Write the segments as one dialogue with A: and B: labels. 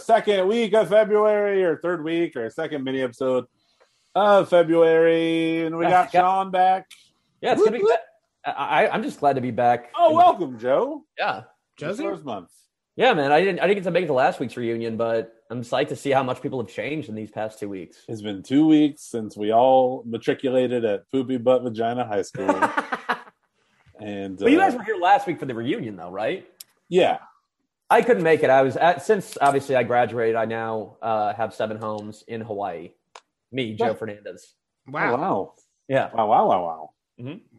A: second week of February or third week or second mini episode of February, and we got Sean back.
B: Yeah, it's good to be back. I, I- I'm just glad to be back.
A: Oh,
B: And-
A: welcome, Joe.
B: Yeah,
A: It's
C: Josie?
A: First month.
B: yeah, man. I didn't, I didn't get to make it to last week's reunion, but I'm psyched to see how much people have changed in these past two weeks.
A: It's been two weeks since we all matriculated at Poopy Butt Vagina High School,
B: but
A: and
B: you
A: uh,
B: guys were here last week for the reunion, though, right?
A: yeah,
B: I couldn't make it. I was at since obviously I graduated. I now uh, have seven homes in Hawaii. Me, Joe
A: Yeah.
B: Fernandez.
A: wow,
C: Wow.
A: Oh, wow,
B: Yeah,
A: wow, wow, wow. wow.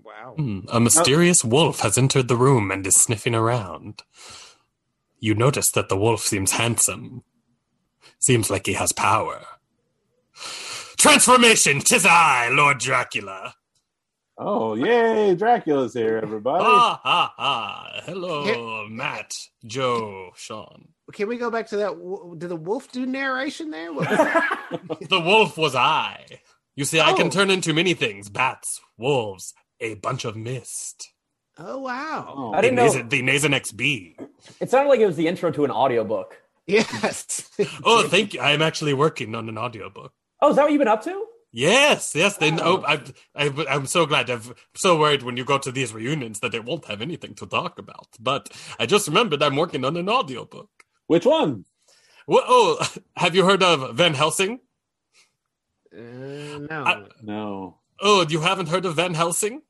C: Wow.
D: Hmm, A mysterious wolf has entered the room and is sniffing around. You notice that the wolf seems handsome. Seems like he has power. Transformation! Tis I, Lord Dracula!
A: Oh, yay! Dracula's here, everybody.
D: Ah, ha, ha! Hello, Matt, Joe, Sean.
C: Can we go back to that? wo- Did the wolf do narration there? What-
D: The wolf was I. You see, I
C: Oh.
D: can turn into many things bats, wolves, a bunch of mist.
C: oh wow.
A: Oh,
B: I didn't
D: the,
B: know-
D: Nasen- the Nasonex bee.
B: it sounded like it was the intro to an audiobook.
C: Yes.
D: Oh, thank you. I'm actually working on an audiobook.
B: Oh, is that what you've been up to?
D: Yes, yes. They
B: Wow.
D: know. I, I, I'm so glad. I'm so worried when you go to these reunions that they won't have anything to talk about. But I just remembered I'm working on an audiobook.
A: Which one?
D: Well, oh, have you heard of Van Helsing?
C: Uh, no.
D: I-
A: No.
D: Oh, you haven't heard of Van Helsing?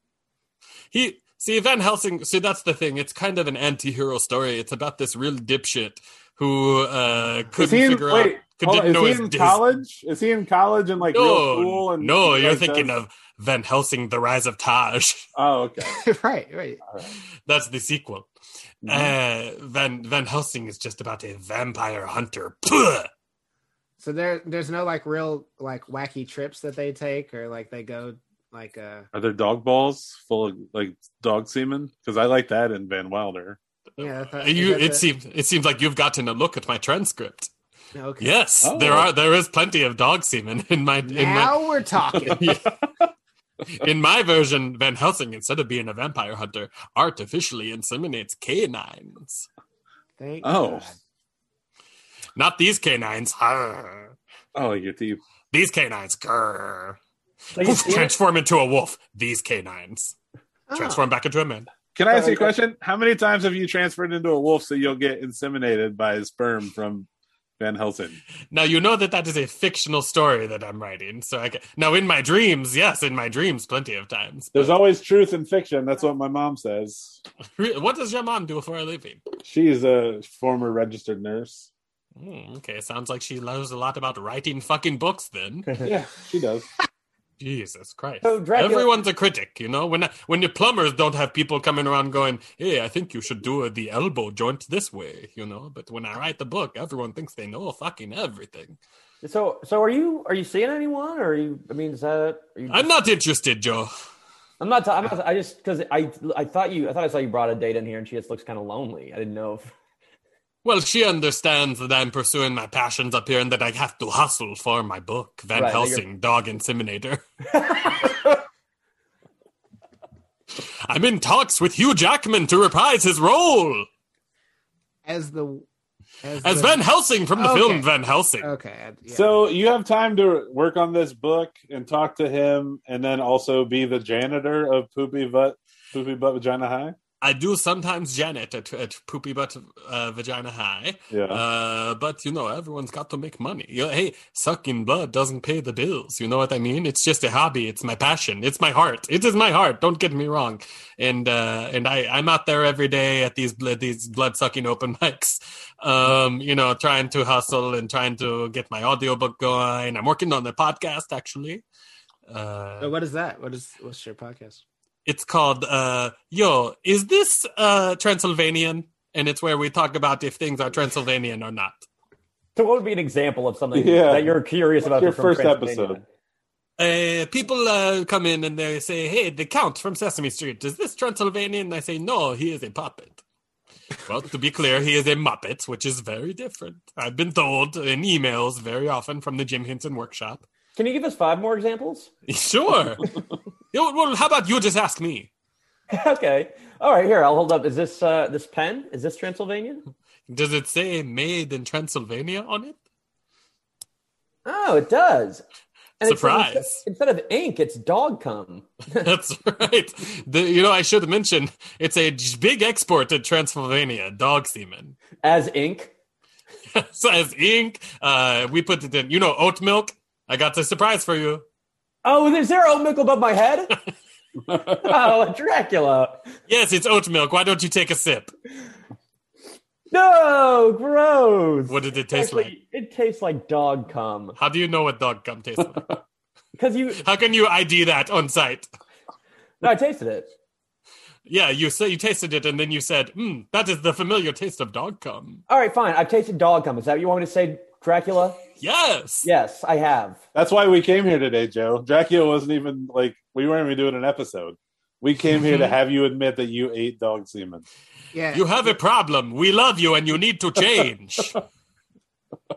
D: He see Van Helsing. See, that's the thing. It's kind of an anti-hero story. It's about this real dipshit who uh, couldn't
A: Is he in,
D: figure
A: wait,
D: out. Could,
A: hold on,
D: didn't
A: is
D: know
A: he
D: his
A: in
D: dis-
A: college? Is he in college and like real
D: No,
A: cool? And
D: no, you're
A: like,
D: thinking
A: does-
D: of Van Helsing: The Rise of Taj.
A: Oh, okay.
C: right. Right.
D: That's the sequel.
A: Mhm.
D: Uh, Van Van Helsing is just about a vampire hunter. Puh!
C: So there, there's no like real like wacky trips that they take, or like they go like uh
A: Are there dog balls full of like dog semen? Because I like that in Van Wilder.
C: yeah. that's-
D: You,
C: that's
D: it seems it seems like you've gotten a look at my transcript.
C: Okay.
D: Yes,
A: Oh.
D: there are there is plenty of dog semen in my in my
C: Now we're talking.
D: in my version. Van Helsing, instead of being a vampire hunter, artificially inseminates canines.
C: Thank
A: Oh.
C: God.
D: Not these canines. Arr.
A: Oh, like your teeth.
D: These canines. Grr.
B: Like, you see it?
D: Transform into a wolf. These canines.
C: Oh.
D: Transform back into a man.
A: Can I ask you a
B: Sorry.
A: question? How many times have you transferred into a wolf so you'll get inseminated by his sperm from Van Helsing?
D: Now you know that that is a fictional story that I'm writing. So I ca now in my dreams, yes, in my dreams, plenty of times.
A: There's always truth in fiction. That's what my mom says.
D: Re- What does your mom do for a living?
A: She's a former registered nurse.
D: Hmm, okay, sounds like she knows a lot about writing fucking books. Then
A: Yeah, she does.
D: Jesus Christ,
B: So Dracula-
D: everyone's a critic, you know. When when your plumbers don't have people coming around going, "Hey, I think you should do the elbow joint this way," you know. But when I write the book, everyone thinks they know fucking everything.
B: So, so are you are you seeing anyone? Or are you? I mean, is that? Are you
D: I'm not interested, Joe.
B: I'm not. ta- I'm not. I just because I I thought you. I thought I saw you brought a date in here, and she just looks kind of lonely. I didn't know if.
D: Well, she understands that I'm pursuing my passions up here and that I have to hustle for my book, Van
B: Right, that you're-
D: Helsing, Dog Inseminator. I'm in talks with Hugh Jackman to reprise his role
C: As the as,
D: as
C: the-
D: Van Helsing from the
C: Okay.
D: film Van Helsing.
C: Okay. yeah.
A: So you have time to work on this book and talk to him, and then also be the janitor of Poopy Butt, Poopy Butt Vagina High.
D: I do sometimes Janet at, at Poopy Butt uh, Vagina High,
A: Yeah.
D: uh, but you know, everyone's got to make money. You hey, sucking blood doesn't pay the bills. You know what I mean? It's just a hobby. It's my passion. It's my heart. It is my heart. Don't get me wrong. And uh, and I I'm out there every day at these bl- these blood sucking open mics. Um, you know, trying to hustle and trying to get my audiobook going. I'm working on the podcast actually. Uh,
C: So what is that? What is what's your podcast?
D: it's called uh yo is this uh transylvanian and it's where we talk about if things are transylvanian or not
B: So, what would be an example of something
A: Yeah.
B: that you're curious about?
A: your
B: from
A: first
B: Transylvania?
A: episode?
D: uh people uh come in and they say hey the count from sesame street is this transylvanian and i say no he is a puppet well to be clear he is a muppet which is very different i've been told in emails very often from the jim henson workshop
B: Can you give us five more examples?
D: sure Yo, well how about you just ask me
B: okay. All right. Here, I'll hold up. Is this uh this pen? Is this Transylvania?
D: does it say made in transylvania on it
B: Oh, it does. it's-
D: Surprise.
B: Instead, instead of ink, it's dog cum.
D: That's right. The, you know, I should mention it's a j- big export to Transylvania, dog semen.
B: As ink.
D: so as ink, uh, we put it in, you know, oat milk. I got a surprise for you.
B: Oh, is there oat milk above my head? oh, Dracula.
D: Yes, it's oat milk. Why don't you take a sip?
B: No, gross.
D: What did it taste like?
B: Actually, It tastes like dog cum.
D: How do you know what dog cum tastes like?
B: Because you,
D: How can you ID that on site?
B: no, I tasted it.
D: Yeah, you say you tasted it and then you said, hmm, that is the familiar taste of dog cum.
B: All right, fine. I've tasted dog cum. Is that what you want me to say, Dracula?
D: Yes.
B: Yes, I have.
A: That's why we came here today, Joe. Dracula wasn't even like we weren't even doing an episode. We came here to
D: Mm-hmm.
A: have you admit that you ate dog semen.
C: Yeah.
D: You have a problem. We love you and you need to change.
B: Look,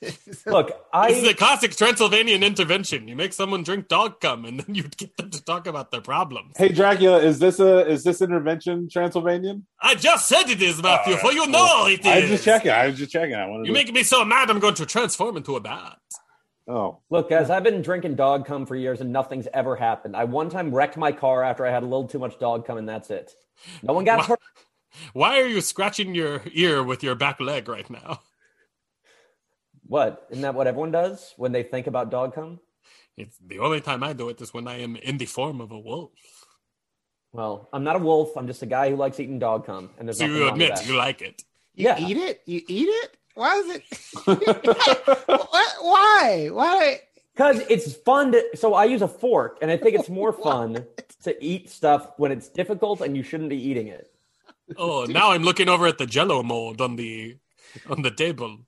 D: This is
B: I
D: a classic Transylvanian intervention. You make someone drink dog cum, and then you get them to talk about their problems.
A: Hey, Dracula, is this a is this intervention Transylvanian?
D: I just said it is, Matthew,
A: All
D: for
A: right,
D: you
A: cool.
D: know it is.
A: I was just checking. I was just checking. I wanted
D: You
A: to.
D: make me so mad, I'm going to transform into a bat.
A: oh,
B: look, guys. I've been drinking dog cum for years, and nothing's ever happened. I one time wrecked my car after I had a little too much dog cum, and that's it. No one got
D: Wow.
B: hurt.
D: Why are you scratching your ear with your back leg right now?
B: What? Isn't that what everyone does when they think about dog cum?
D: It's the only time I do it is when I am in the form of a wolf.
B: Well, I'm not a wolf. I'm just a guy who likes eating dog cum, and there's
D: So
B: nothing
D: you
B: wrong with
D: admit
B: that.
D: you like it.
C: You
B: Yeah.
C: eat it? You eat it? Why is it? what? Why? Why?
B: Because it's fun to, so I use a fork, and I think it's more fun to eat stuff when it's difficult and you shouldn't be eating it.
D: Oh, now I'm looking over at the Jello mold on the on the table,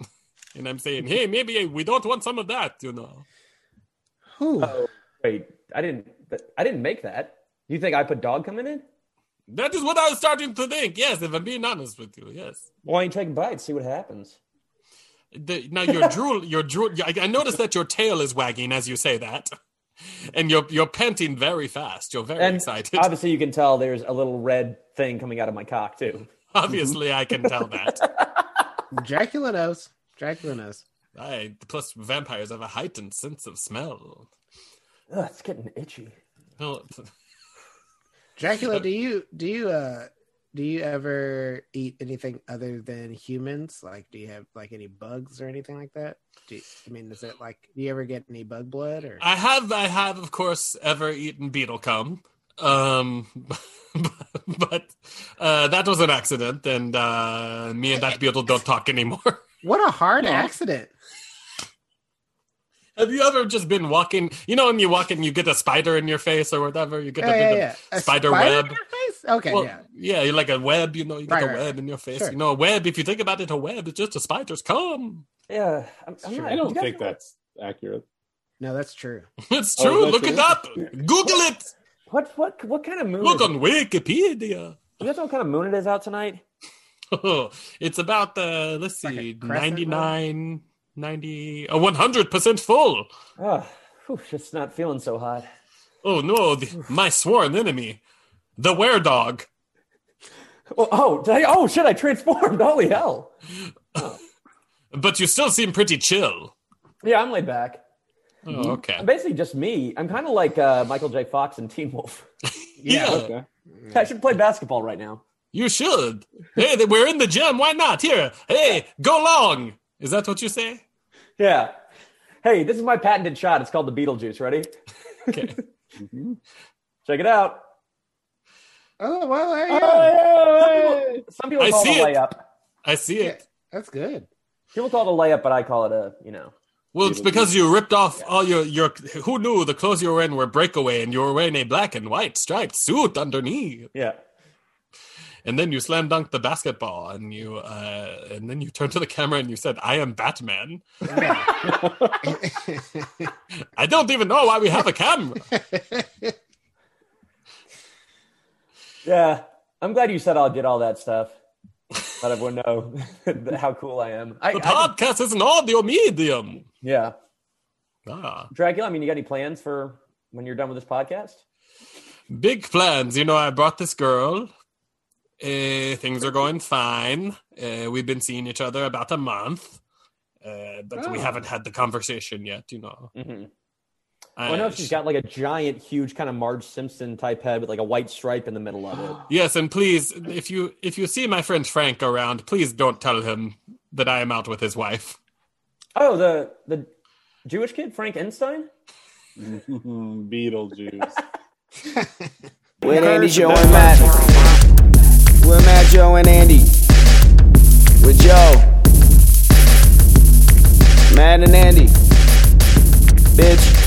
D: and I'm saying, hey, maybe we don't want some of that, you know.
C: Who?
D: Oh.
B: Wait, I didn't, but I didn't make that. You think I put dog cum in it?
D: That is what I was starting to think. Yes, if I'm being honest with you, yes.
B: Why don't you take a bite, see what happens?
D: The, now your drool, your drool. I, I noticed that your tail is wagging as you say that, and you're you're panting very fast. You're very
B: And
D: excited.
B: Obviously, you can tell there's a little red thing coming out of my cock too.
D: Obviously, I can tell that.
C: Dracula knows. Dracula knows.
D: I, plus, vampires have a heightened sense of smell.
B: Ugh, it's getting itchy.
D: Oh,
C: Dracula, do you do you uh do you ever eat anything other than humans? Like, do you have like any bugs or anything like that? Do you, I mean, is it like do you ever get any bug blood or?
D: I have, I have, of course, ever eaten beetle cum. Um, but uh, that was an accident, and uh, me and that beetle don't talk anymore.
C: What a hard
A: No.
C: accident!
D: Have you ever just been walking? You know, when you walk and you get a spider in your face or whatever, you get
C: Oh, Yeah,
D: a
C: yeah,
D: bit
C: yeah. A
D: spider
C: in
D: web.
C: your face? Okay,
D: of. Well,
C: yeah.
D: yeah. you're like a web, you know, you get
C: Right,
D: a
C: right,
D: web in your face.
C: Sure.
D: You know, a web, if you think about it, a web, it's just a spider's cum.
B: Yeah, I'm, I'm
C: Sure.
B: not,
A: I
B: you
A: don't
B: guys
A: think
B: know-
A: that's accurate.
C: No, that's true.
D: It's
A: Oh,
D: true.
A: that's
D: Look it
A: it?
D: up. Google it.
B: What what what kind of moon?
D: Look
B: is
D: on Wikipedia.
B: it? You guys know what kind of moon it is out tonight?
D: it's about the, let's
C: Like a
D: see,
C: crescent moon?
D: 99, 90, uh, 100% full.
B: Oh, whew, it's not feeling so hot.
D: Oh, no. The, my sworn enemy, the were dog.
B: Well, oh, did I, oh shit! I transformed. Holy hell!
D: But you still seem pretty chill.
B: Yeah, I'm laid back.
A: Mm-hmm.
D: Oh, okay.
B: I'm basically just me. I'm kind of like uh, Michael J. Fox and Teen Wolf.
D: Yeah.
A: Okay. Hmm.
B: I should play basketball right now.
D: You should. Hey, th- we're in the gym. Why not? Here. Hey, go long. Is that what you say?
B: Yeah. Hey, this is my patented shot. It's called the Beetlejuice. Ready?
D: Okay.
A: Mm-hmm.
B: Check it out.
C: Oh well, there you go.
B: Some people, some people
D: I
B: call
D: see
B: it a
D: it.
B: layup.
D: I see it.
C: That's good.
B: People call it a layup, but I call it a you know.
D: Well, it's because you ripped off all your your. Who knew the clothes you were in were breakaway, and you were wearing a black and white striped suit underneath,
B: Yeah.
D: and then you slam dunked the basketball, and you uh, and then you turned to the camera and you said, "I am Batman." I don't even know why we have a camera.
B: Yeah. I'm glad you said I'll get all that stuff. Let everyone know how cool I am. I,
D: The
B: I,
D: podcast is an audio medium.
B: yeah.
D: Ah.
B: Dracula, I mean, you got any plans for when you're done with this podcast?
D: big plans. You know, I brought this girl. Eh, Uh, things are going fine. Uh, we've been seeing each other about a month, Uh, but we
B: Ah.
A: Oh.
D: haven't had the conversation yet, you know. Eh,
B: Mm-hmm.
D: I
B: I know if she's got like a giant, huge kind of Marge Simpson type head with like a white stripe in the middle of it.
D: Yes, and please, if you if you see my friend Frank around, please don't tell him that I am out with his wife.
B: Oh, the the Jewish kid, Frank Einstein.
A: Beetlejuice.
E: With Andy,
C: Curse
E: Joe,
C: and
E: and Matt. With Matt, Joe, and Andy. With Joe. Matt and Andy. Bitch.